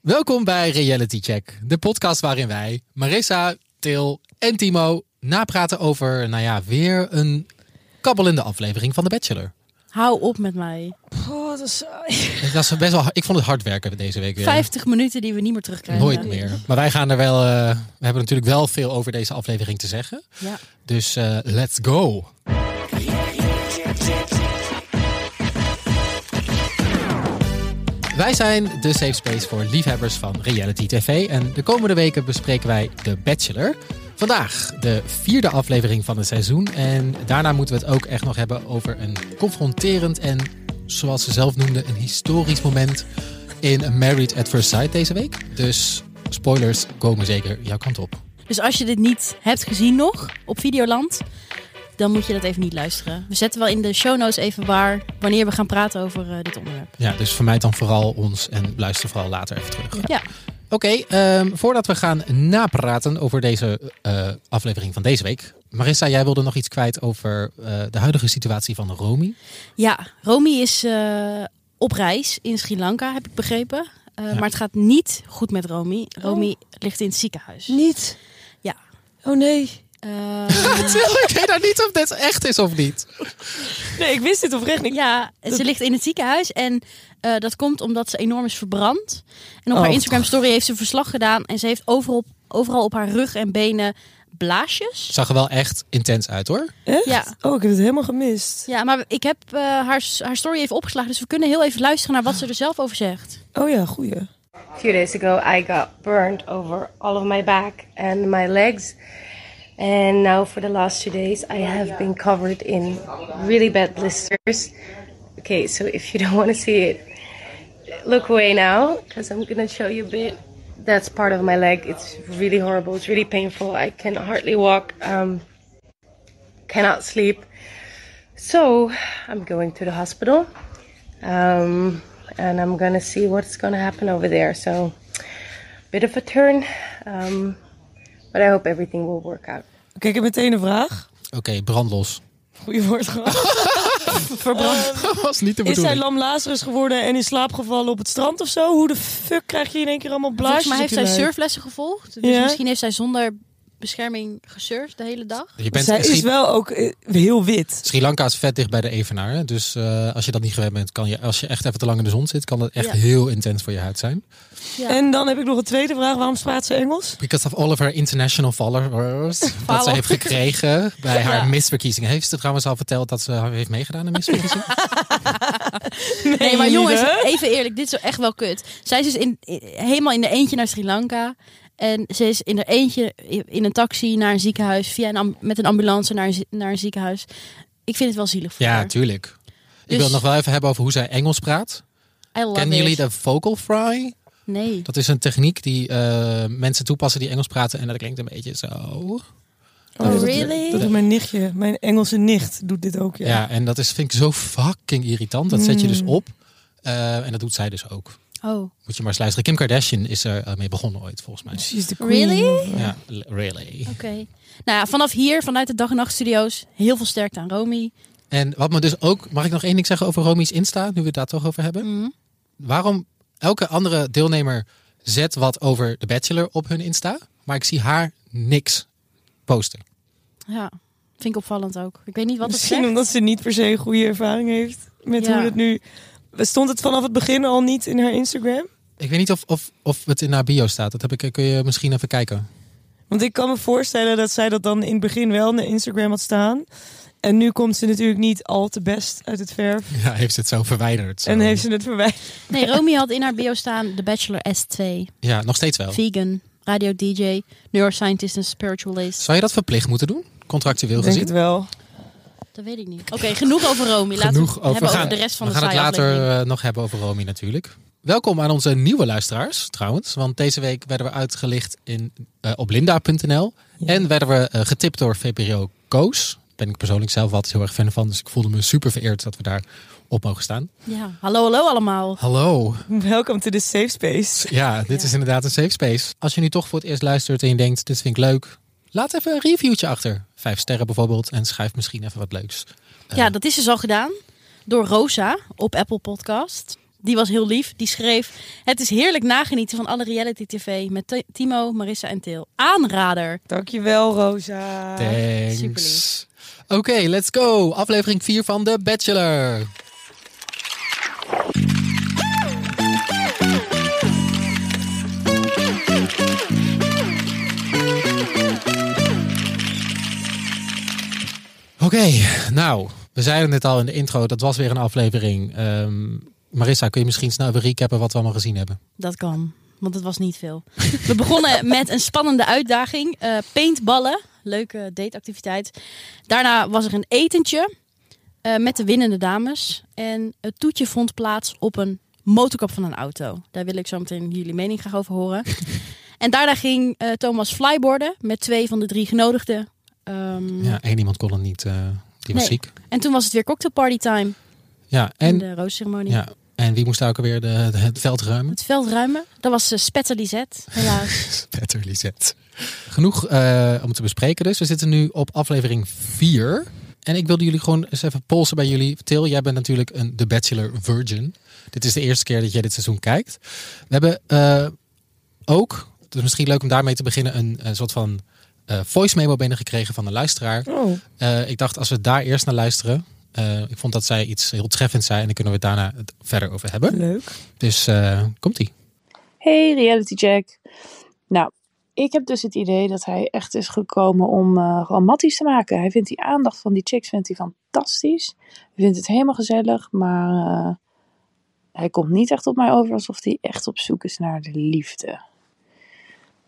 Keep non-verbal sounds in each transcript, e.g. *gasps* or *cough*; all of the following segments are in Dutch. Welkom bij Reality Check, de podcast waarin wij, Marissa, Til en Timo, napraten over, nou ja, weer een kabbelende aflevering van The Bachelor. Hou op met mij. Oh, dat is Het was best wel, ik vond het hard werken deze week weer. 50 minuten die we niet meer terugkrijgen. Nooit meer. Maar wij gaan er wel, eh, we hebben natuurlijk wel veel over deze aflevering te zeggen. Ja. Dus eh, let's go. Wij zijn de safe space voor liefhebbers van reality tv. En de komende weken bespreken wij The Bachelor. Vandaag de vierde aflevering van het seizoen. En daarna moeten we het ook echt nog hebben over een confronterend en, zoals ze zelf noemden, een historisch moment in Married at First Sight deze week. Dus spoilers komen zeker jouw kant op. Dus als je dit niet hebt gezien nog op Videoland, dan moet je dat even niet luisteren. We zetten wel in de show notes even waar, wanneer we gaan praten over eh, dit onderwerp. Ja, dus vermijd dan vooral ons en luister vooral later even terug. Ja. Oké, ehm, voordat we gaan napraten over deze eh, aflevering van deze week. Marissa, jij wilde nog iets kwijt over eh, de huidige situatie van *laughs* Romy. Ja, Romy is eh, op reis in Sri Lanka, heb ik begrepen. Eh, Ja. Maar het gaat niet goed met Romy. Romy ligt in het *laughs* ziekenhuis. niet. Ja. Oh nee. Ehm, ik weet nou niet of dit echt is of niet. Nee, ik wist dit oprecht niet. Ja, ze ligt in het ziekenhuis en eh, dat komt omdat ze enorm is verbrand. En op haar Oh. Instagram story heeft ze een verslag gedaan en ze heeft overal, overal op haar rug en benen blaasjes. Zag er wel echt intens uit hoor. Echt? Ja. Oh, ik heb het helemaal gemist. Ja, maar ik heb eh, haar, haar story even opgeslagen, dus we kunnen heel even luisteren naar wat ze er zelf over zegt. Oh ja, goeie. A few days ago, I got burned over all of my back and my legs. And now, for the last two days, I have been covered in really bad blisters. Okay, so if you don't want to see it, look away now because I'm gonna show you a bit. That's part of my leg. It's really horrible. It's really painful. I can hardly walk, um, cannot sleep. So, I'm going to the hospital um, and I'm gonna see what's gonna happen over there. So, bit of a turn, um, but I hope everything will work out. Oké, ik heb meteen een vraag. Oké, brandlos. Goeie woordgrap. *laughs* Verbrand. *laughs* Dat was niet de is hij bedoeling. lam Lazarus geworden en in slaap gevallen op het strand of zo? Hoe de fuck krijg je in één keer allemaal blaasjes Volgens mij heeft op je zij lijf? surflessen gevolgd, dus Ja. misschien heeft zij zonder bescherming gesurfd de hele dag. Je bent Zij Sri, is wel ook eh, heel wit. Sri Lanka is vet dicht bij de Evenaar. hè? Dus eh, als je dat niet gewend bent, kan je, als je echt even te lang in de zon zit, kan dat echt Ja. heel intens voor je huid zijn. Ja. En dan heb ik nog een tweede vraag. Waarom praat ze Engels? Because of all of her international followers. Wat ze heeft gekregen bij haar misverkiezingen. Heeft ze trouwens al verteld dat ze heeft meegedaan aan misverkiezingen? *laughs* Nee, maar jongens, hè? even eerlijk, dit is echt wel kut. Zij is dus in, i- helemaal in de eentje naar Sri Lanka. En ze is in de eentje i- in een taxi naar een ziekenhuis, via een am- met een ambulance naar een, zie- naar een ziekenhuis. Ik vind het wel zielig voor Ja, haar. tuurlijk. Ik wil Dus- het nog wel even hebben over hoe zij Engels praat. I love Kennen jullie it. de vocal fry? Nee. Dat is een techniek die eh, mensen toepassen die Engels praten. En dat klinkt een beetje zo. Oh, dat doet- really? Dat doet mijn nichtje. Mijn Engelse nicht doet dit ook, ja. Ja, en dat is, vind ik zo fucking irritant. Dat zet je dus op. Eh, en dat doet zij dus ook. Oh, Moet je maar eens luisteren. Kim Kardashian is er eh, mee begonnen ooit, volgens mij. She's the queen. really? Oké. Ja, l- really. Nou ja, vanaf hier, vanuit de dag- en nachtstudio's, heel veel sterkte aan Romy. En wat me dus ook, mag ik nog één ding zeggen over Romy's Insta, nu we het daar toch over hebben? Mhm. Waarom elke andere deelnemer zet wat over The Bachelor op hun Insta, maar ik zie haar niks posten. Ja, vind ik opvallend ook. Ik weet niet wat het Misschien zegt. omdat ze niet per se een goede ervaring heeft met Ja. hoe het nu... Stond het vanaf het begin al niet in haar Instagram? Ik weet niet of, of, of het in haar bio staat. Dat heb ik, kun je misschien even kijken. Want ik kan me voorstellen dat zij dat dan in het begin wel naar Instagram had staan. En nu komt ze natuurlijk niet al te best uit het verf. Ja, heeft ze het zo verwijderd. zo. En heeft ze het verwijderd. Nee, Romy had in haar bio staan The Bachelor S2. Ja, nog steeds wel. Vegan, radio DJ, neuroscientist en spiritualist. Zou je dat verplicht moeten doen? Contractueel Ik denk gezien? het wel. Dat weet ik niet. Oké, genoeg over Romy. Laten Genoeg we het over. hebben we gaan, over de rest van we de gaan het saaie later aflevering. eh, nog hebben over Romy natuurlijk. Welkom aan onze nieuwe luisteraars trouwens. Want deze week werden we uitgelicht in, eh, op linda.nl. En werden we eh, getipt door VPRO Koos. Ben ik persoonlijk zelf altijd heel erg fan van. Dus ik voelde me super vereerd dat we daar op mogen staan. Ja. Hallo, hallo allemaal. Hallo. Welkom to the safe *laughs* space. Ja, dit is inderdaad een safe space. Als je nu toch voor het eerst luistert en je denkt, dit vind ik leuk. Laat even een reviewtje achter. Vijf sterren bijvoorbeeld. En schrijf misschien even wat leuks. Ja, dat is dus al gedaan door Rosa op Apple Podcast. die was heel lief. Die schreef: Het is heerlijk nagenieten van alle reality TV met T- Timo, Marissa en Til. Aanrader. Dankjewel, Rosa. Thanks. superlief. Oké, let's go. Aflevering 4 van The Bachelor. Oké, nou, we zeiden het al in de intro. Dat was weer een aflevering. Ehm, Marissa, kun je misschien snel even recappen wat we allemaal gezien hebben? Dat kan, want het was niet veel. We begonnen met een spannende uitdaging. eh, paintballen, leuke dateactiviteit. Daarna was er een etentje eh, met de winnende dames. En het toetje vond plaats op een motorkap van een auto. Daar wil ik zo meteen jullie mening graag over horen. en daarna ging eh, Thomas flyboarden met twee van de drie genodigden. Ehm, Ja, één iemand kon het niet. eh, die was Nee. ziek. En toen was het weer cocktailparty time Ja, en en de roosceremonie. Ja, en wie moest daar ook alweer de, de- het veld ruimen? Het veld ruimen. Dat was eh, Spetter Lisette, helaas. *laughs* Petter Lisette. Genoeg eh, om te bespreken dus. We zitten nu op aflevering 4. En ik wilde jullie gewoon eens even polsen bij jullie. Til, jij bent natuurlijk een The Bachelor virgin. Dit is de eerste keer dat jij dit seizoen kijkt. We hebben eh, ook, het is misschien leuk om daarmee te beginnen, een, eh, soort van eh, voice memo binnengekregen van een luisteraar. Oh, Eh, ik dacht, als we daar eerst naar luisteren. eh, ik vond dat zij iets heel treffends zei en dan kunnen we het daarna het verder over hebben. leuk. Dus eh, komt-ie. Hey, Reality Jack. Nou, ik heb dus het idee dat hij echt is gekomen om eh gewoon matties te maken. Hij vindt die aandacht van die chicks vindt hij fantastisch. Hij vindt het helemaal gezellig, maar eh, hij komt niet echt op mij over alsof hij echt op zoek is naar de liefde.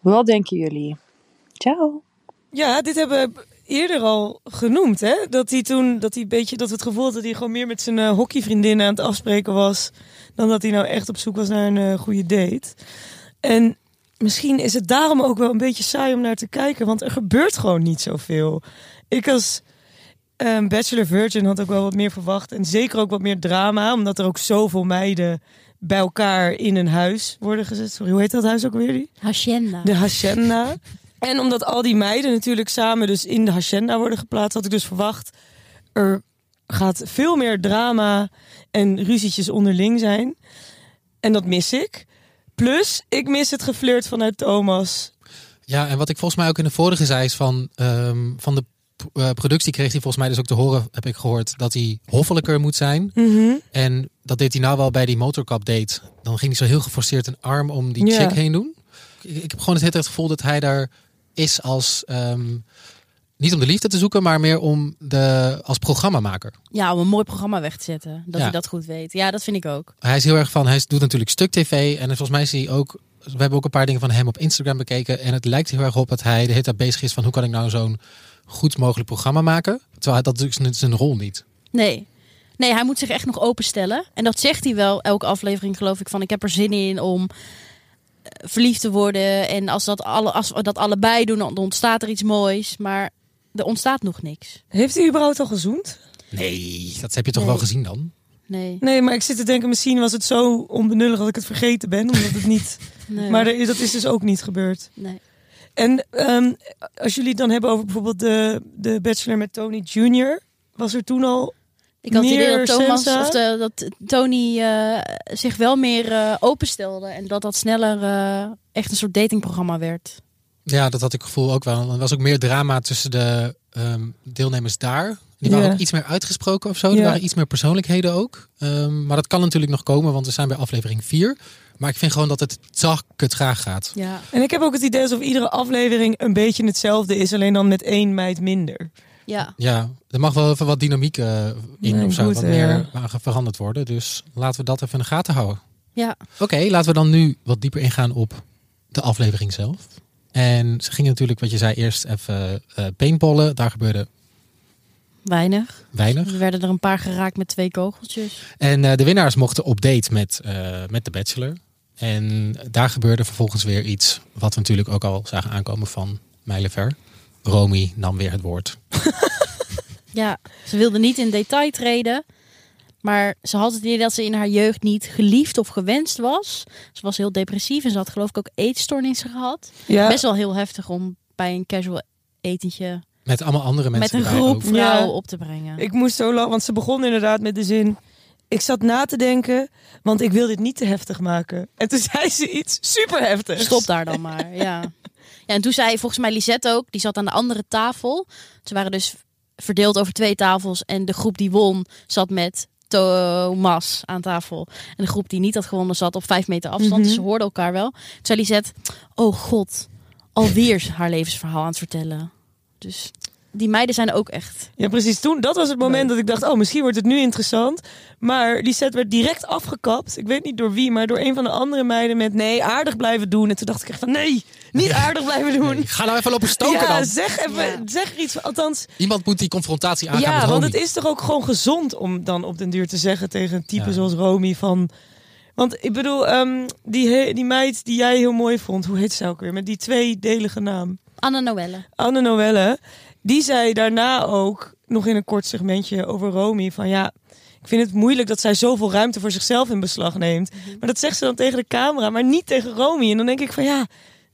Wat denken jullie? Ciao. Ja, dit hebben we eerder al genoemd, hè? Dat hij toen, dat hij een beetje, dat we het gevoel hadden dat hij gewoon meer met zijn eh, hockeyvriendinnen aan het afspreken was, dan dat hij nou echt op zoek was naar een eh, goede date. En misschien is het daarom ook wel een beetje saai om naar te kijken, want er gebeurt gewoon niet zoveel. Ik als eh, Bachelor Virgin had ook wel wat meer verwacht en zeker ook wat meer drama, omdat er ook zoveel meiden bij elkaar in een huis worden gezet. Sorry, hoe heet dat huis ook weer? Die? Hacienda. De hacienda. En omdat al die meiden natuurlijk samen dus in de hacienda worden geplaatst, had ik dus verwacht, er gaat veel meer drama en ruzietjes onderling zijn. En dat mis ik. Plus, ik mis het geflirt vanuit Thomas. Ja, en wat ik volgens mij ook in de vorige zei is van, ehm, van de p- eh, productie kreeg hij volgens mij dus ook te horen, heb ik gehoord, dat hij hoffelijker moet zijn. En dat deed hij nou wel bij die motorkap date. Dan ging hij zo heel geforceerd een arm om die Ja. chick heen doen. Ik, ik heb gewoon het hele tijd het gevoel dat hij daar is als, ehm, niet om de liefde te zoeken, maar meer om de, als programmamaker. Ja, om een mooi programma weg te zetten. Dat Ja. hij dat goed weet. Ja, dat vind ik ook. Hij is heel erg van, hij doet natuurlijk stuk tv. En volgens mij is hij ook, we hebben ook een paar dingen van hem op Instagram bekeken. En het lijkt heel erg op dat hij de hele tijd bezig is van hoe kan ik nou zo'n goed mogelijk programma maken. Terwijl hij- dat is natuurlijk zijn rol niet. Nee. Nee, hij moet zich echt nog openstellen. En dat zegt hij wel elke aflevering, geloof ik. Van ik heb er zin in om eh, verliefd te worden. En als, dat alle, als we dat allebei doen, dan ontstaat er iets moois. Maar er ontstaat nog niks. Heeft hij überhaupt al gezoend? Nee. Dat heb je toch Nee. wel gezien dan? Nee. Nee, maar ik zit te denken, misschien was het zo onbenullig dat ik het vergeten ben, omdat het *laughs* niet... nee. Maar er is- dat is dus ook niet gebeurd. nee. En ehm, als jullie het dan hebben over bijvoorbeeld de, de Bachelor met Tony Jr., was er toen al Ik had het idee Meer dat Thomas Sensa? of de- dat Tony eh, zich wel meer eh, openstelde. En dat dat sneller eh, echt een soort datingprogramma werd. Ja, dat had ik gevoel ook wel. Er was ook meer drama tussen de ehm, deelnemers daar. Die waren Ja. ook iets meer uitgesproken of zo. Er Ja. waren iets meer persoonlijkheden ook. Ehm, maar dat kan natuurlijk nog komen, want we zijn bij aflevering 4. Maar ik vind gewoon dat het het graag gaat. Ja. En ik heb ook het idee alsof iedere aflevering een beetje hetzelfde is, alleen dan met één meid minder. Ja. Ja, er mag wel even wat dynamiek eh, in Nee, of zo. goed, eh. wat hè, meer aan ge- veranderd worden. Dus laten we dat even in de gaten houden. Ja. Oké, laten we dan nu wat dieper ingaan op de aflevering zelf. En ze gingen natuurlijk, wat je zei, eerst even eh paintballen. Daar gebeurde Weinig. weinig. We werden er een paar geraakt met twee kogeltjes. En eh, de winnaars mochten op date met, eh, met de bachelor. En daar gebeurde vervolgens weer iets wat we natuurlijk ook al zagen aankomen van Mijlever. Romy nam weer het woord. Ja, ze wilde niet in detail treden. Maar ze had het idee dat ze in haar jeugd niet geliefd of gewenst was. Ze was heel depressief en ze had geloof ik ook eetstoornissen gehad. Ja, Best wel heel heftig om bij een casual etentje Met allemaal andere mensen. met een erbij groep ook. vrouwen Ja. op te brengen. ik moest zo lang, want ze begon inderdaad met de zin. ik zat na te denken, want ik wil dit niet te heftig maken. En toen *laughs* zei ze iets super heftigs. Stop daar dan maar. Ja. *laughs* ja. En toen zei volgens mij Lisette ook, die zat aan de andere tafel. Ze waren dus verdeeld over twee tafels. En de groep die won zat met Thomas aan tafel. En de groep die niet had gewonnen zat op vijf meter afstand. Dus ze hoorden elkaar wel. Toen zei Lisette, oh god, alweer is haar levensverhaal aan het vertellen. Dus die meiden zijn ook echt. Ja, precies. Toen, dat was het moment dat ik dacht, oh, misschien wordt het nu interessant. Maar die set werd direct afgekapt. Ik weet niet door wie, maar door een van de andere meiden met nee, aardig blijven doen. En toen dacht ik echt van nee, niet aardig blijven doen. Ga nou even lopen stoken ja, dan. zeg even, Ja. zeg er iets van. Althans, Iemand moet die confrontatie aangaan met ja, want Romy. het is toch ook gewoon gezond om dan op den duur te zeggen tegen een type Ja. zoals Romy van... Want ik bedoel, ehm, die, he- die meid die jij heel mooi vond, hoe heet ze ook weer? Met die tweedelige naam. Anna Noelle. Anne Noelle, die zei daarna ook nog in een kort segmentje over Romy van ja, ik vind het moeilijk dat zij zoveel ruimte voor zichzelf in beslag neemt. Mhm. Maar dat zegt ze dan tegen de camera, maar niet tegen Romy. En dan denk ik van ja,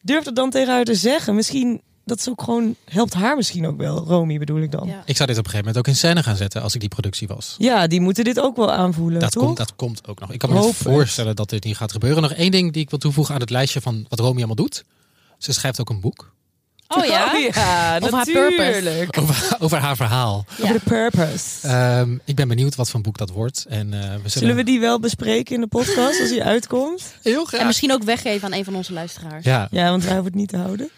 durf dat dan tegen haar te zeggen. Misschien dat ze ook gewoon helpt haar misschien ook wel, Romy bedoel ik dan. Ja, Ja. Ik zou dit op een gegeven moment ook in scène gaan zetten als ik die productie was. die moeten dit ook wel aanvoelen, Dat toch? komt, dat komt ook nog. Ik kan me Hoop niet het. voorstellen dat dit niet gaat gebeuren. Nog één ding die ik wil toevoegen aan het lijstje van wat Romy allemaal doet. Ze schrijft ook een boek *laughs* Oh *laughs* ja? Of haar purpose. natuurlijk. over, over haar verhaal. Over de purpose. Ehm, ik ben benieuwd wat voor een boek dat wordt. En, eh, we zullen, Zullen we die wel bespreken in de podcast als die uitkomt? heel En graag... misschien ook weggeven aan een van onze luisteraars. Ja, Ja, want wij hoeven het niet te *laughs* houden.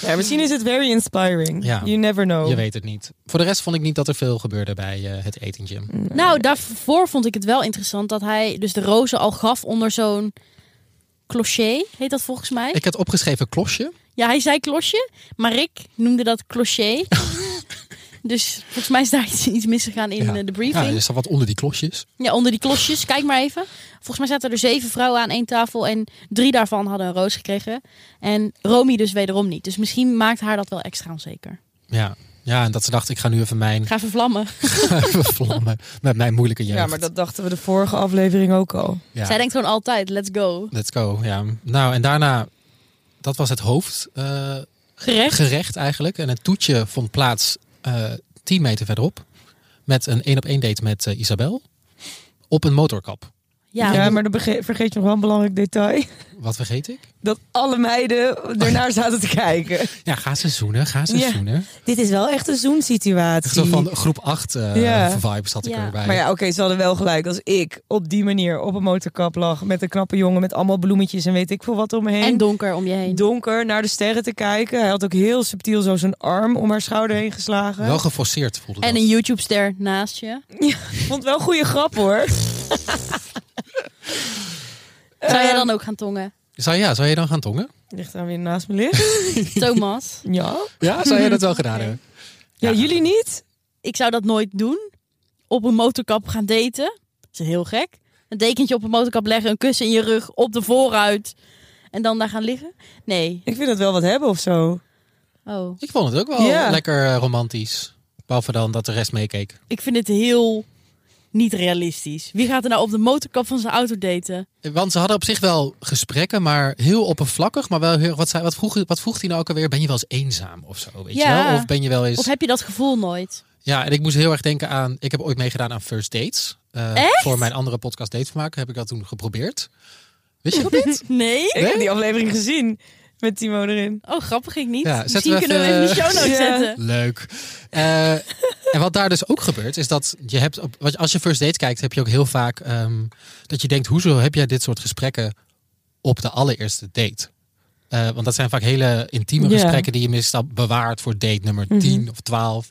ja, misschien is het very inspiring. Ja. You never know. je weet het niet. Voor de rest vond ik niet dat er veel gebeurde bij eh, het etentje. Mm. Nou, daarvoor vond ik het wel interessant dat hij dus de rozen al gaf onder zo'n cloché, heet dat volgens mij. Ik had opgeschreven klosje. Ja, hij zei klosje, maar Rick noemde *laughs* dat cloché. dus volgens mij is daar iets, iets misgegaan Ja. in eh, de Ja, dus- briefing. er zat wat onder die klosjes. Ja, onder die klosjes. Kijk maar even. Volgens mij zaten er zeven vrouwen aan één tafel en drie daarvan hadden een roos gekregen. En Romy dus wederom niet. Dus misschien maakt haar dat wel extra onzeker. Ja. ja, en dat ze dacht ik ga nu even mijn *laughs* Ga vervlammen. vlammen met mijn moeilijke jeugd. Ja, maar dat dachten we de vorige aflevering ook al. Ja. Zij denkt gewoon altijd, let's go. Let's go, ja. Nou, en daarna, dat was het hoofdgerecht Gerecht. eigenlijk. En het toetje vond plaats eh 10 meter verderop. Met een één op één date met eh, Isabel. Op een motorkap. Ja, Ja, maar dan bege- vergeet je nog wel een belangrijk detail. *laughs* Wat vergeet ik? Dat alle meiden ernaar zaten te kijken. Ja, ga seizoenen, ga Ja. seizoenen. Dit is wel echt een zoensituatie. Echt zo van groep 8 eh Ja. vibes had ik Ja. erbij. Maar ja, oké, ze hadden wel gelijk. Als ik op die manier op een motorkap lag met een knappe jongen met allemaal bloemetjes en weet ik veel wat om me heen. en donker om je heen. donker naar de sterren te kijken. Hij had ook heel subtiel zo zijn arm om haar schouder heen geslagen. Wel geforceerd voelde En dat. een YouTube-ster naast je. Vond wel een goede grap hoor. Zou jij dan ook gaan tongen? Zou, ja, zou je dan gaan tongen? Ligt daar weer naast me liggen. Thomas, *laughs* Ja. Ja, zou jij dat wel gedaan hebben? Ja, jullie niet? ik zou dat nooit doen. Op een motorkap gaan daten. Dat is heel gek. Een dekentje op een motorkap leggen, een kussen in je rug, op de vooruit. En dan daar gaan liggen? Nee. Ik vind dat wel wat hebben of zo. Oh. Ik vond het ook wel Ja. lekker eh, romantisch. Behalve dan dat de rest meekeek. Ik vind het heel niet realistisch. Wie gaat er nou op de motorkap van zijn auto daten? Want ze hadden op zich wel gesprekken, maar heel oppervlakkig. Maar wel heel, wat, zei, wat, vroeg, wat vroeg hij nou ook alweer? Ben je wel eens eenzaam of zo? Weet Ja. je wel? Of ben je wel eens. Of heb je dat gevoel nooit? Ja, en ik moest heel erg denken aan. Ik heb ooit meegedaan aan First Dates. Eh, Voor mijn andere podcast Date maken heb ik dat toen geprobeerd. Wist je dat *laughs* niet? Nee? Ik heb die aflevering gezien met Timo erin. Oh, grappig, ik niet. Ja, zetten Misschien we kunnen we even- even in *laughs* de show notes Ja. zetten. Leuk. Eh, en wat daar dus ook gebeurt, is dat je hebt. op- wat je- Als je First Date kijkt, heb je ook heel vaak. ehm, dat je denkt: hoezo heb jij dit soort gesprekken op de allereerste date? Eh, want dat zijn vaak hele intieme Ja. Mhm. gesprekken die je meestal bewaart voor date nummer 10 of 12.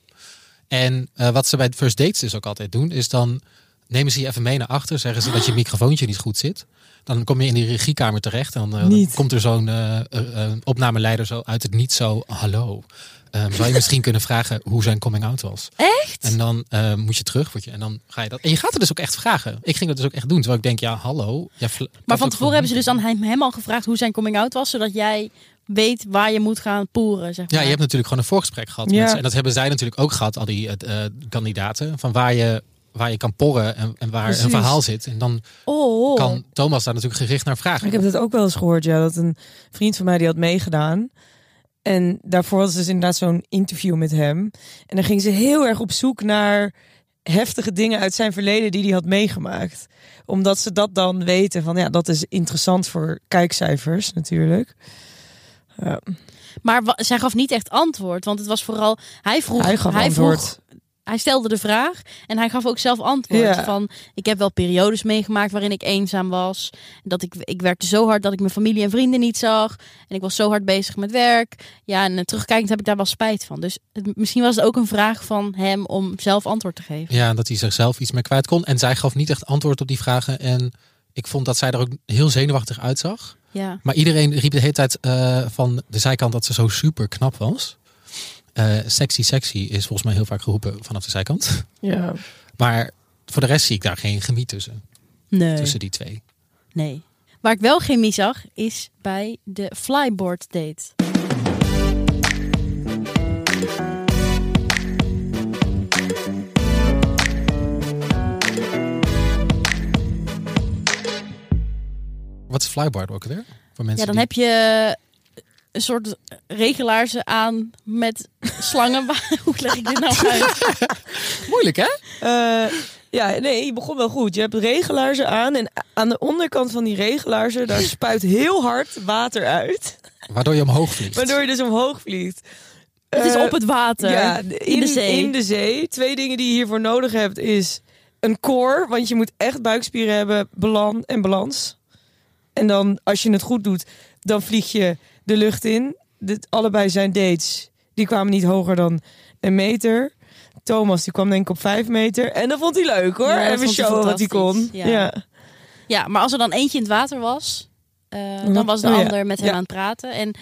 En eh, wat ze bij first dates dus ook altijd doen, is dan nemen ze je even mee naar achter, zeggen ze dat *gasps* je microfoontje niet goed zit. Dan kom je in die regiekamer terecht en dan, eh, dan Niet. komt er zo'n eh, eh, eh, opnameleider zo uit het niet zo, hallo. Ehm, zou je misschien kunnen vragen hoe zijn coming out was? Echt? En dan eh, moet je terug, word je, en dan ga je dat. En je gaat er dus ook echt vragen. Ik ging dat dus ook echt doen, terwijl ik denk, ja, hallo. jij fl- Maar dat van ook gewoon tevoren hebben ze niet. dus aan hem, hem al gevraagd hoe zijn coming-out was, zodat jij weet waar je moet gaan poeren, zeg maar. Ja, je hebt natuurlijk gewoon een voorgesprek gehad. Ja. Met ze. En dat hebben zij natuurlijk ook gehad, al die eh, eh, kandidaten. Van waar je, waar je kan porren en, en waar Precies. een verhaal zit. En dan Oh, kan Thomas daar natuurlijk gericht naar vragen. Ik heb dat ook wel eens gehoord, ja. Dat een vriend van mij die had meegedaan. En daarvoor was dus inderdaad zo'n interview met hem. En dan ging ze heel erg op zoek naar... heftige dingen uit zijn verleden die hij had meegemaakt. Omdat ze dat dan weten van ja, dat is interessant voor kijkcijfers natuurlijk. Ja, Maar wa- zij gaf niet echt antwoord, want het was vooral... Hij vroeg... hij gaf antwoord. Vroeg, hij stelde de vraag en hij gaf ook zelf antwoord. Ja. Van, ik heb wel periodes meegemaakt waarin ik eenzaam was. Dat ik, ik werkte zo hard dat ik mijn familie en vrienden niet zag. En ik was zo hard bezig met werk. Ja, en eh, terugkijkend heb ik daar wel spijt van. Dus het, misschien was het ook een vraag van hem om zelf antwoord te geven. Ja, en dat hij zichzelf iets meer kwijt kon. En zij gaf niet echt antwoord op die vragen. En ik vond dat zij er ook heel zenuwachtig uitzag. Ja. Maar iedereen riep de hele tijd eh, van de zijkant dat ze zo super knap was. Eh, sexy, sexy is volgens mij heel vaak geroepen vanaf de zijkant. *laughs* Ja. Maar voor de rest zie ik daar geen gemiet tussen. Nee. Tussen die twee. nee. Waar ik wel chemie zag, is bij de flyboard date. Wat is flyboard ook weer? Voor mensen Ja, dan die... heb je eh, een soort regelaarzen aan *laughs* met slangen. *laughs* Maar Hoe leg ik dit nou uit? Moeilijk hè? Eh, ja, nee, je begon wel goed. Je hebt regelaarzen aan en a- aan de onderkant van die regelaarzen, daar spuit heel hard water *laughs* uit. Waardoor je omhoog vliegt. Waardoor je dus omhoog vliegt. Het is Eh, op het water. Ja, in, in de zee. in de zee. Twee dingen die je hiervoor nodig hebt is een core, want je moet echt buikspieren hebben, belan en balans. En dan, als je het goed doet, dan vlieg je de lucht in. Dit, allebei zijn dates. Die kwamen niet hoger dan een meter. Thomas, die kwam denk ik op vijf meter. En dat vond hij leuk hoor. Ja, dat Even vond hij showen wat hij kon. fantastisch. Ja. Ja. Ja, maar als er dan eentje in het water was, eh, dan was de Oh ja. ander met hem Ja. aan het praten. En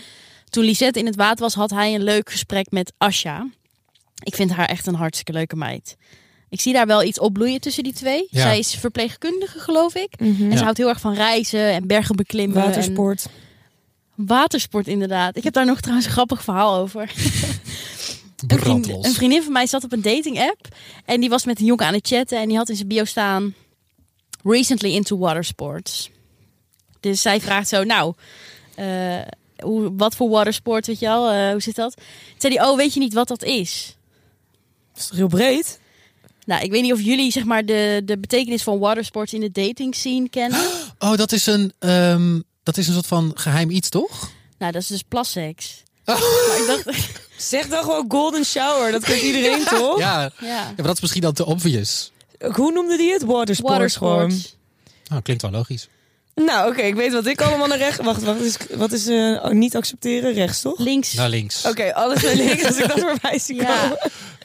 toen Lisette in het water was, had hij een leuk gesprek met Asja. Ik vind haar echt een hartstikke leuke meid. Ik zie daar wel iets opbloeien tussen die twee. Ja. Zij is verpleegkundige, geloof ik. En Ja. ze houdt heel erg van reizen en bergen beklimmen. en- Watersport. Watersport inderdaad. Ik heb daar nog trouwens een grappig verhaal over. Een, vriend- Brandlos. een vriendin van mij zat op een dating app en die was met een jongen aan het chatten en die had in zijn bio staan recently into watersports. Dus zij vraagt zo, nou, eh, hoe, wat voor watersport, weet je wel, eh, hoe zit dat? Toen zei die, oh, weet je niet wat dat is? Dat is toch heel breed? Nou, ik weet niet of jullie zeg maar de, de betekenis van watersports in de dating scene kennen. Oh, dat is een, ehm, dat is een soort van geheim iets, toch? nou, dat is dus *laughs* plasseks. Maar ik dacht, *laughs* Zeg dan gewoon golden shower. Dat kent iedereen Oh. toch? Ja. ja, ja, maar dat is misschien dan te obvious. Hoe noemde die het? Watersport, gewoon. watersports. Nou, klinkt wel logisch. Nou, oké, ik weet wat ik allemaal naar rechts. Wacht, wacht, is, wat is eh, niet accepteren? Rechts, toch? Oké, Links. Naar links. alles naar links als ik dat voorbij zie komen.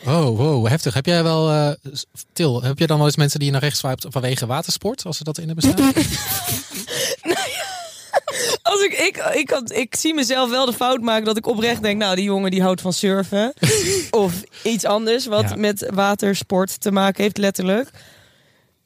Ja. Oh, wow, heftig. Heb jij wel, eh, s- Til, heb jij dan wel eens mensen die je naar rechts swipt vanwege watersport, als ze dat in hebben staan? Als ik, ik, ik, had, ik zie mezelf wel de fout maken dat ik oprecht denk, nou, die jongen die houdt van *laughs* surfen. of iets anders wat Ja. met watersport te maken heeft, letterlijk.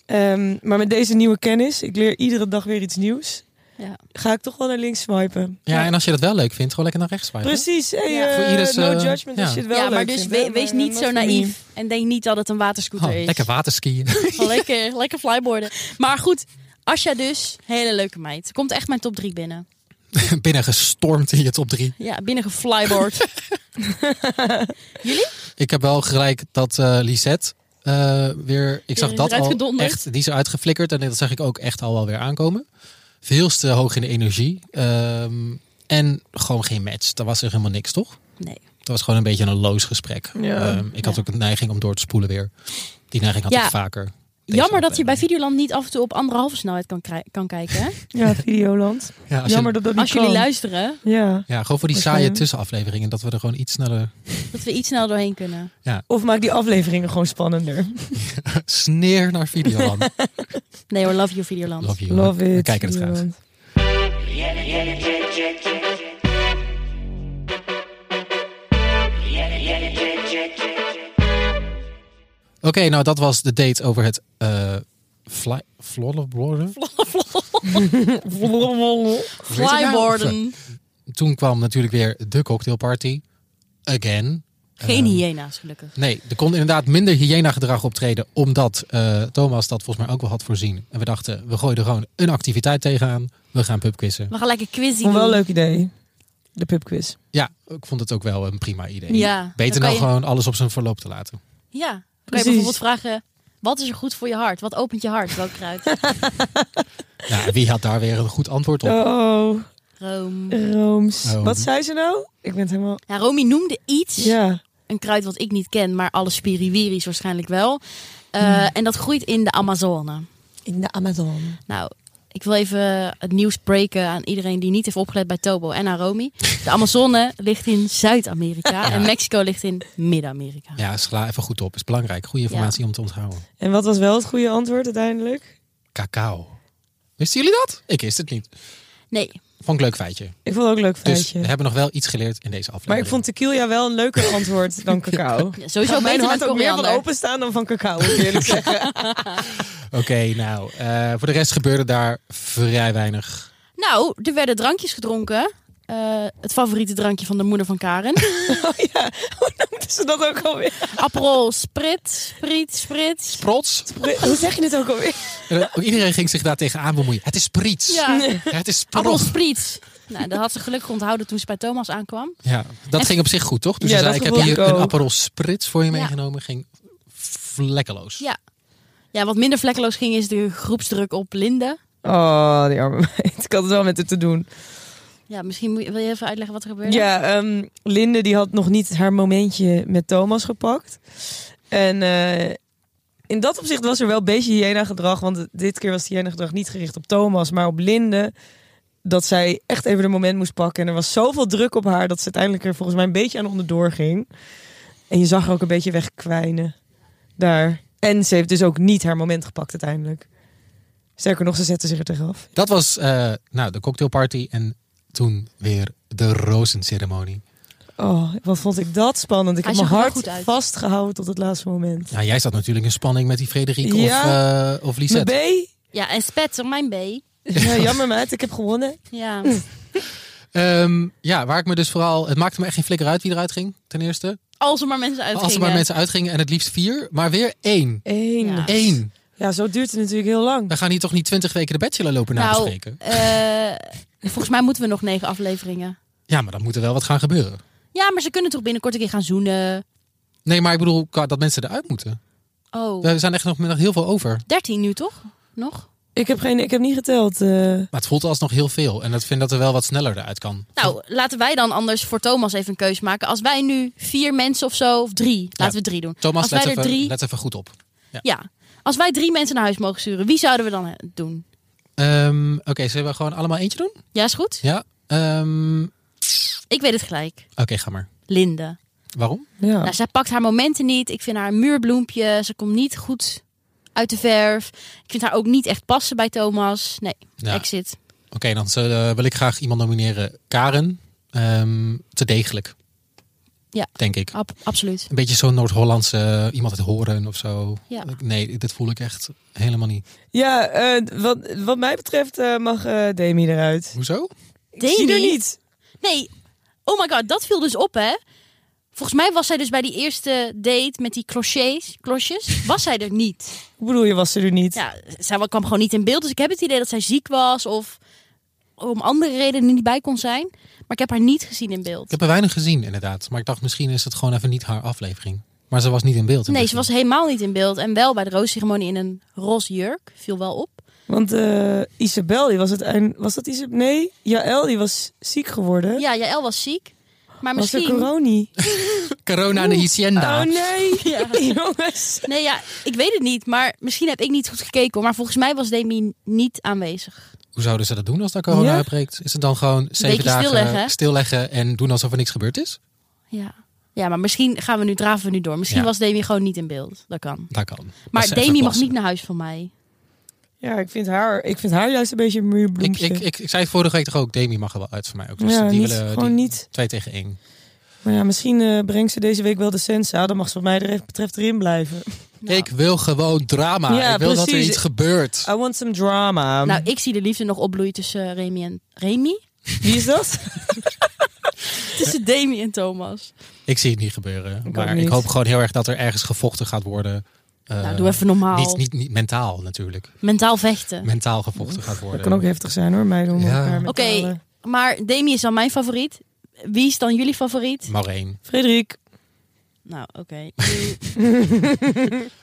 Ehm, maar met deze nieuwe kennis, ik leer iedere dag weer iets nieuws. Ja. Ga ik toch wel naar links swipen. ja, en als je dat wel leuk vindt, gewoon lekker naar rechts swipen. Precies. Hey, Ja. eh, Voor ieders, no eh, judgment ja. als je het wel ja, maar leuk dus vindt, we- hè, wees maar eh, niet not zo for me. naïef en denk niet dat het een waterscooter Oh, is. lekker waterskiën. *laughs* Oh, lekker, lekker flyboarden. Maar goed, Asja dus, hele leuke meid. Komt echt mijn top 3 binnen. Binnen gestormd in je top drie. Ja, binnen *laughs* geflyboard. Ik heb wel gelijk dat eh Lisette eh, weer... Ik zag is dat eruit al gedonderd. echt, die is eruit geflikkerd. En dat zag ik ook echt al wel weer aankomen. Veel te hoog in de energie. Ehm, en gewoon geen match. Daar was er helemaal niks, toch? Nee. Dat was gewoon een beetje een loos gesprek. Ja. Ehm, ik had Ja. ook een neiging om door te spoelen weer. Die neiging had Ja. ik vaker. Deze Jammer dat je bij aflevering. Videoland niet af en toe op anderhalve snelheid kan, krij- kan kijken. Hè? Ja, Videoland. Ja, als je- Jammer dat dat niet Als jullie kan. luisteren, Ja. ja, gewoon voor die Als saaie je- tussenafleveringen. Dat we er gewoon iets sneller dat we iets snel doorheen kunnen. Of maak die afleveringen gewoon spannender. sneer naar Videoland. Nee hoor, love you Videoland. Love you. Love it. We kijken het graag. *laughs* Videoland. Oké, nou dat was de date over het... eh fly... Flodderboarden? nou? Flyboarden. nou? Toen kwam natuurlijk weer de cocktailparty. Again. Geen Eh. Ehm, hyena's gelukkig. Nee, er kon inderdaad minder hyena-gedrag optreden. Omdat eh, Thomas dat volgens mij ook wel had voorzien. En we dachten, we gooien er gewoon een activiteit tegenaan. We gaan pubquizzen. We gaan lekker quizzy Vond wel een doen. leuk idee. De pubquiz. Ja, ik vond het ook wel een prima idee. Ja, Beter dan dan kan je- gewoon alles op zijn verloop te laten. Ja. Kan je Precies. bijvoorbeeld vragen, Wat is er goed voor je hart? Wat opent je hart? Welk *laughs* kruid? Nou, wie had daar weer een goed antwoord op? Oh, Room. Rooms. Oh. Wat zei ze nou? Ik ben het helemaal... Ja, Romy noemde iets. Ja. Een kruid wat ik niet ken, maar alle spiriwiris waarschijnlijk wel. Eh, Hmm. En dat groeit in de Amazone. In de Amazon. Nou, ik wil even het nieuws breken aan iedereen die niet heeft opgelet bij Tobo en aan Romy. De Amazone *laughs* ligt in Zuid-Amerika en Mexico ligt in Midden-Amerika. Ja, sla even goed op. Is belangrijk. Goede informatie om te onthouden. En wat was wel het goede antwoord uiteindelijk? Cacao. Wisten jullie dat? Ik wist het niet. Nee, Vond ik leuk feitje. Ik vond het ook een leuk Dus feitje. we hebben nog wel iets geleerd in deze aflevering. maar ik vond tequila wel een leuker *laughs* antwoord dan cacao. ja, sowieso Gaat mijn beter hart dan ook meer van koriander. openstaan dan van cacao, moet ik *laughs* eerlijk zeggen. Oké, nou. eh, voor de rest gebeurde daar vrij weinig. Nou, er werden drankjes gedronken. Eh, het favoriete drankje van de moeder van Karen. *laughs* ja, hoe noemden ze dat ook alweer? Aperol, sprit, sprit, sprit. Trots. Hoe zeg je het ook alweer? Eh, Iedereen ging zich daar tegenaan bemoeien. Het is priets. Ja, Het is aperol, trots. sprit. Nou, dat had ze gelukkig onthouden toen ze bij Thomas aankwam. Ja, dat ging op zich goed, toch? Dus Ja, ze zei, dat ik heb gevoel hier ik een ook. Aperol Spritz voor je Ja. meegenomen. Ging vlekkeloos. Ja. Ja, wat minder vlekkeloos ging is de groepsdruk op Linde. Oh, die arme meid. Ik had het wel met het te doen. Ja, misschien moet je- wil je even uitleggen wat er gebeurde. Ja, ehm, Linde die had nog niet haar momentje met Thomas gepakt. En eh, in dat opzicht was er wel een beetje hyena-gedrag. Want dit keer was hyena-gedrag niet gericht op Thomas, maar op Linde. Dat zij echt even de moment moest pakken. En er was zoveel druk op haar dat ze uiteindelijk er volgens mij een beetje aan onderdoor ging. En je zag haar ook een beetje wegkwijnen daar. En ze heeft dus ook niet haar moment gepakt uiteindelijk. Sterker nog, ze zette zich er tegen af. Dat was eh, nou, de cocktailparty en toen weer de rozenceremonie. Oh, wat vond ik dat spannend. Ik Hij heb mijn zag er wel hart goed uit. vastgehouden tot het laatste moment. Nou, jij zat natuurlijk in spanning met die Frederike Ja. of, eh of Mijn Lisette. B? *laughs* Ja, en spet op mijn B. Ja, jammer meid, ik heb gewonnen. Ja. Ehm, ja, waar ik me dus vooral... Het maakte me echt geen flikker uit wie eruit ging, ten eerste. Als er maar mensen uitgingen. Als er maar mensen uitgingen en het liefst vier, maar weer één. Eén. Ja. Ja. Eén. zo duurt het natuurlijk heel lang. We gaan hier toch niet twintig weken de Bachelor lopen Nou, nabespreken? eh, volgens mij moeten we nog negen afleveringen. Ja, maar dan moet er wel wat gaan gebeuren. Ja, maar ze kunnen toch binnenkort een keer gaan zoenen. Nee, maar ik bedoel qua dat mensen eruit moeten. Oh, We zijn echt nog nog heel veel over. 13 nu toch? Nog? Ik heb, geen, ik heb niet geteld. eh. Maar het voelt alsnog heel veel. En dat vind dat er wel wat sneller eruit kan. Nou, laten wij dan anders voor Thomas even een keus maken. Als wij nu vier mensen of zo, of drie, laten we drie doen. Thomas, als wij let er even, drie, let even goed op. ja. Als wij drie mensen naar huis mogen sturen, wie zouden we dan eh, doen? Ehm, Oké, zullen we gewoon allemaal eentje doen? Ja, is goed. Ja. Ehm, Ik weet het gelijk. Oké, ga maar. Linde. Waarom? ja. Nou, zij pakt haar momenten niet. Ik vind haar een muurbloempje. Ze komt niet goed uit de verf. Ik vind haar ook niet echt passen bij Thomas. Nee, Ja. Oké, exit. dan zullen- wil ik graag iemand nomineren. Karen. Ehm, te degelijk. Ja. Denk ik. Ab- absoluut. Een beetje zo'n Noord-Hollandse, eh, iemand uit Horen of zo. Ja. Nee, dit voel ik echt helemaal niet. ja eh, wat, wat mij betreft eh, mag eh, Demi eruit. Hoezo? Ik zie er Demi? niet. Nee, oh my god, dat viel dus op, hè? Volgens mij was zij dus bij die eerste date met die clochés, klosjes, was zij er niet. Ik bedoel, je was ze er *laughs* niet. Ja, zij kwam gewoon niet in beeld. Dus ik heb het idee dat zij ziek was of om andere redenen niet bij kon zijn. Maar ik heb haar niet gezien in Ik beeld. heb er weinig gezien inderdaad. Maar ik dacht misschien is het gewoon even niet haar aflevering. Maar ze was niet in beeld. in Nee, ze principe. was helemaal niet in beeld. En wel bij de roosceremonie in een roze jurk. Viel wel op. Want eh, Isabel, die was het eind... Was dat Isabel? Nee, Jaël, die was ziek geworden. Ja, Jaël was ziek. Maar was er misschien... corona? Corona en de Hacienda. Oh nee, *laughs* Ja. *laughs* jongens. Nee, ja, ik weet het niet. Maar misschien heb ik niet goed gekeken. hoor. Maar volgens mij was Demi niet aanwezig. Hoe zouden ze dat doen als daar corona Ja. uitbreekt? Is het dan gewoon zeven Beetje dagen stilleggen, hè? stilleggen en doen alsof er niks gebeurd is? Ja. Ja, maar misschien gaan we nu, draven we nu door. Misschien Ja. was Demi gewoon niet in beeld. Dat kan. Dat kan. Dat Maar is Demi even mag klasse. niet naar huis van mij. Ja, ik vind haar, ik vind haar juist een beetje een muurbloempje. Ik, ik, ik, ik zei het vorige week toch ook, Demi mag er wel uit voor mij ook. Dus ja, die niet, willen gewoon die, niet. twee tegen één. Maar ja, misschien eh, brengt ze deze week wel de Sensa. Dan mag ze wat mij er- betreft erin blijven. Nou. Ik wil gewoon drama. Ja, ik wil dat er precies. Oh. iets gebeurt. I want some drama. Nou, ik zie de liefde nog opbloeien tussen eh, Remy en... Remy? Wie is dat? *laughs* Tussen Demi en Thomas. Ik zie het niet gebeuren. ook maar ik niet. hoop gewoon heel erg dat er ergens gevochten gaat worden. Eh, nou, doe even normaal. Niet, niet, niet mentaal natuurlijk. Mentaal vechten. Mentaal gevochten gaat worden. Dat kan ook heftig zijn hoor, meiden om Ja. elkaar met Oké. talen. Maar Demi is dan mijn favoriet. Wie is dan jullie favoriet? Maureen. Frederik. Nou, oké. *laughs*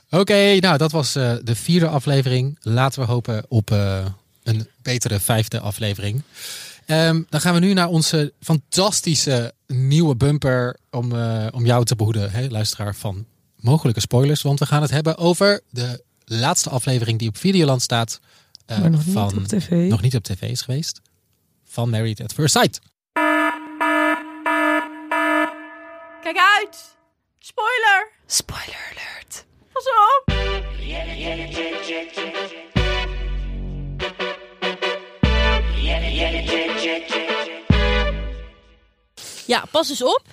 Oké, nou dat was eh, de vierde aflevering. Laten we hopen op eh, een betere vijfde aflevering. Ehm, dan gaan we nu naar onze fantastische nieuwe bumper om, eh, om jou te behoeden, hè, luisteraar, van mogelijke spoilers. Want we gaan het hebben over de laatste aflevering die op Videoland staat. eh, maar nog van, niet op tv. nog niet op tv is geweest. Van Married at First Sight. *laughs* Kijk uit! Spoiler! Spoiler alert. Pas op! Ja, pas dus op.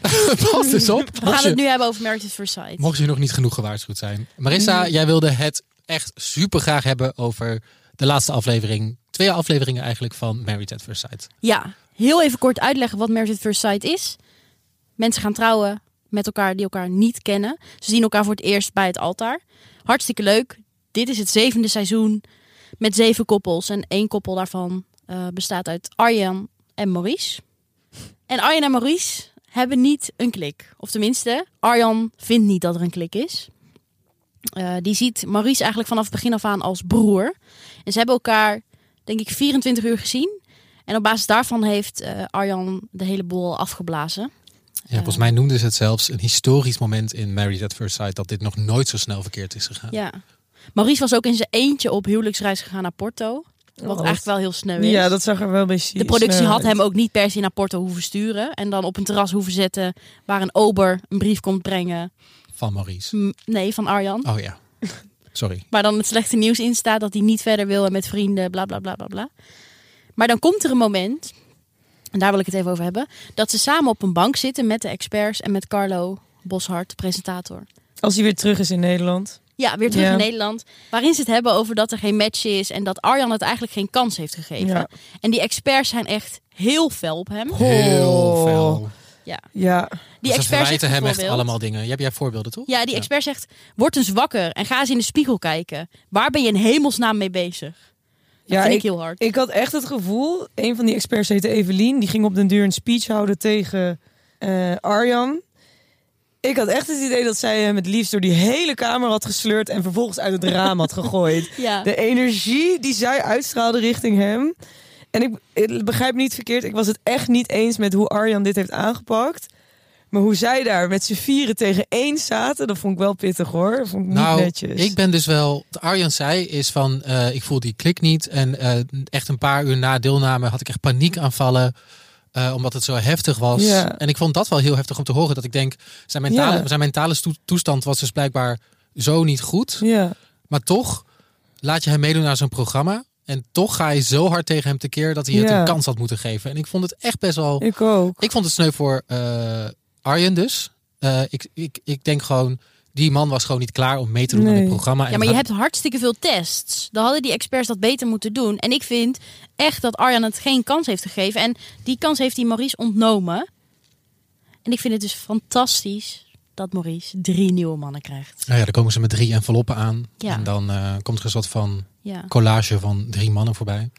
Pas dus op. We gaan als je- het nu hebben over Married at First Sight. Mocht je nog niet genoeg gewaarschuwd zijn. Marissa, jij wilde het echt super graag hebben over de laatste aflevering. Twee afleveringen eigenlijk van Married at First Sight. Ja, heel even kort uitleggen wat Married at First Sight is. Mensen gaan trouwen met elkaar die elkaar niet kennen. Ze zien elkaar voor het eerst bij het altaar. Hartstikke leuk. Dit is het zevende seizoen met zeven koppels. En één koppel daarvan eh, bestaat uit Arjan en Maurice. En Arjan en Maurice hebben niet een klik. Of tenminste, Arjan vindt niet dat er een klik is. Eh, die ziet Maurice eigenlijk vanaf het begin af aan als broer. En ze hebben elkaar, denk ik, 24 uur gezien. En op basis daarvan heeft eh, Arjan de hele boel afgeblazen. Ja, volgens mij noemden ze het zelfs een historisch moment in Married at First Sight. Dat dit nog nooit zo snel verkeerd is gegaan. Ja. Maurice was ook in zijn eentje op huwelijksreis gegaan naar Porto. Wat Oh, eigenlijk wel heel sneu is. Ja, dat zag er wel bij de productie had hem ook niet per se naar Porto hoeven sturen. En dan op een terras hoeven zetten waar een ober een brief komt brengen. Van Maurice. M- Nee, van Arjan. Oh ja. *laughs* Sorry. Waar dan het slechte nieuws in staat dat hij niet verder wil en met vrienden, bla bla bla bla bla. Maar dan komt er een moment, en daar wil ik het even over hebben, dat ze samen op een bank zitten met de experts en met Carlo Boshart, de presentator. Als hij weer terug is in Nederland. Ja, weer terug Ja. in Nederland. Waarin ze het hebben over dat er geen match is en dat Arjan het eigenlijk geen kans heeft gegeven. Ja. En die experts zijn echt heel fel op hem. Heel veel. Ja. Die ze experts Dus verwijten hem echt bijvoorbeeld- allemaal dingen. Je hebt jij voorbeelden toch? Ja, die expert zegt: Word eens wakker en ga eens in de spiegel kijken. Waar ben je in hemelsnaam mee bezig? Dat Ja, vind ik, ik- heel hard. Ik had echt het gevoel, een van die experts heette Evelien, die ging op den duur een speech houden tegen eh, Arjan. Ik had echt het idee dat zij hem het liefst door die hele kamer had gesleurd en vervolgens uit het raam had gegooid. ja. De energie die zij uitstraalde richting hem. En ik, ik begrijp niet verkeerd, ik was het echt niet eens met hoe Arjan dit heeft aangepakt. Maar hoe zij daar met z'n vieren tegen één zaten, dat vond ik wel pittig hoor. Dat vond ik niet nou, netjes. ik ben dus wel. Wat Arjan zei is van: eh, ik voel die klik niet. En eh, echt een paar uur na deelname had ik echt paniekaanvallen. eh omdat het zo heftig was. Ja. En ik vond dat wel heel heftig om te horen. Dat ik denk: zijn mentale, Ja. zijn mentale stoe- toestand was dus blijkbaar zo niet goed. Ja. Maar toch laat je hem meedoen naar zo'n programma. En toch ga je zo hard tegen hem tekeer dat hij het Ja. een kans had moeten geven. En ik vond het echt best wel. Ik ook. Ik vond het sneu voor eh, Arjen dus. Eh, ik, ik, ik denk gewoon, die man was gewoon niet klaar om mee te doen aan Nee. het programma. En Ja, maar je dus had- hebt hartstikke veel tests. Dan hadden die experts dat beter moeten doen. En ik vind echt dat Arjan het geen kans heeft gegeven. En die kans heeft die Maurice ontnomen. En ik vind het dus fantastisch dat Maurice drie nieuwe mannen krijgt. Nou ja, dan komen ze met drie enveloppen aan. Ja. Ah. En dan eh, komt er een soort van Ja. collage van drie mannen voorbij.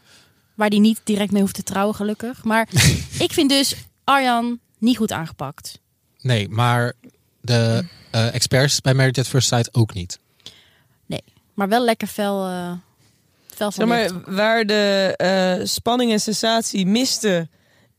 Waar die niet direct mee hoeft te trouwen, gelukkig. Maar ik vind dus Arjan niet goed aangepakt. Nee, maar de eh, experts bij Married at First Sight ook niet. Maar wel lekker fel, eh fel van Zeg maar, licht. waar de eh, spanning en sensatie miste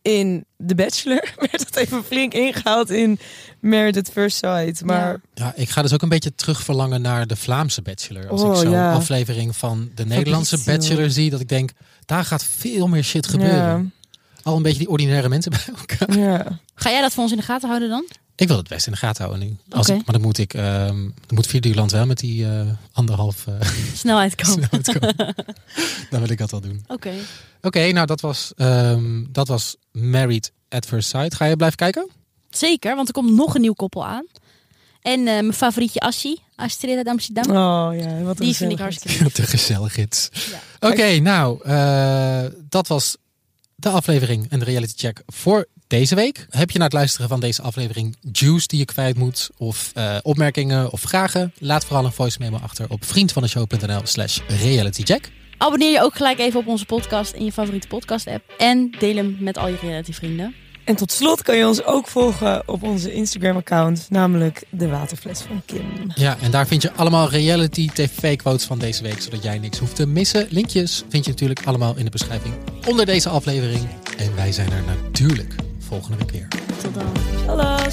in The Bachelor, *laughs* werd dat even flink ingehaald in Married at First Sight. Maar Ja, ik ga dus ook een beetje terug verlangen naar de Vlaamse Bachelor. Als Oh, ik zo'n ja. aflevering van de Nederlandse Fabrizio. Bachelor zie, dat ik denk, daar gaat veel meer shit ja, gebeuren. Al een beetje die ordinaire mensen bij elkaar. ja. Ga jij dat voor ons in de gaten houden dan? Ik wil het best in de gaten houden nu. Als Oké. ik, maar dan moet ik, ehm dan moet Vierduurland wel met die eh, anderhalf eh, *laughs* Snelheid komen. snelheid komen. dan wil ik dat wel doen. Oké. Oké, nou dat was, ehm, dat was Married at First Sight. Ga je blijven kijken? Zeker, want er komt nog een nieuw koppel aan. En eh, mijn favorietje Assie, Astrid uit Amsterdam. Oh ja, wat een die vind ik gezelligheid. hartstikke leuk. Te gezellig gids. Ja. Oké, nou eh, dat was de aflevering en de reality check voor deze week. Heb je na het luisteren van deze aflevering juice die je kwijt moet? Of eh, opmerkingen of vragen? Laat vooral een voice memo achter op vriendvandeshow.nl slash realitycheck. Abonneer je ook gelijk even op onze podcast in je favoriete podcast app. En deel hem met al je relatievrienden. En tot slot kan je ons ook volgen op onze Instagram-account, namelijk De Waterfles van Kim. Ja, en daar vind je allemaal reality tv-quotes van deze week, zodat jij niks hoeft te missen. Linkjes vind je natuurlijk allemaal in de beschrijving onder deze aflevering. En wij zijn er natuurlijk volgende week weer. Tot dan. Hallo!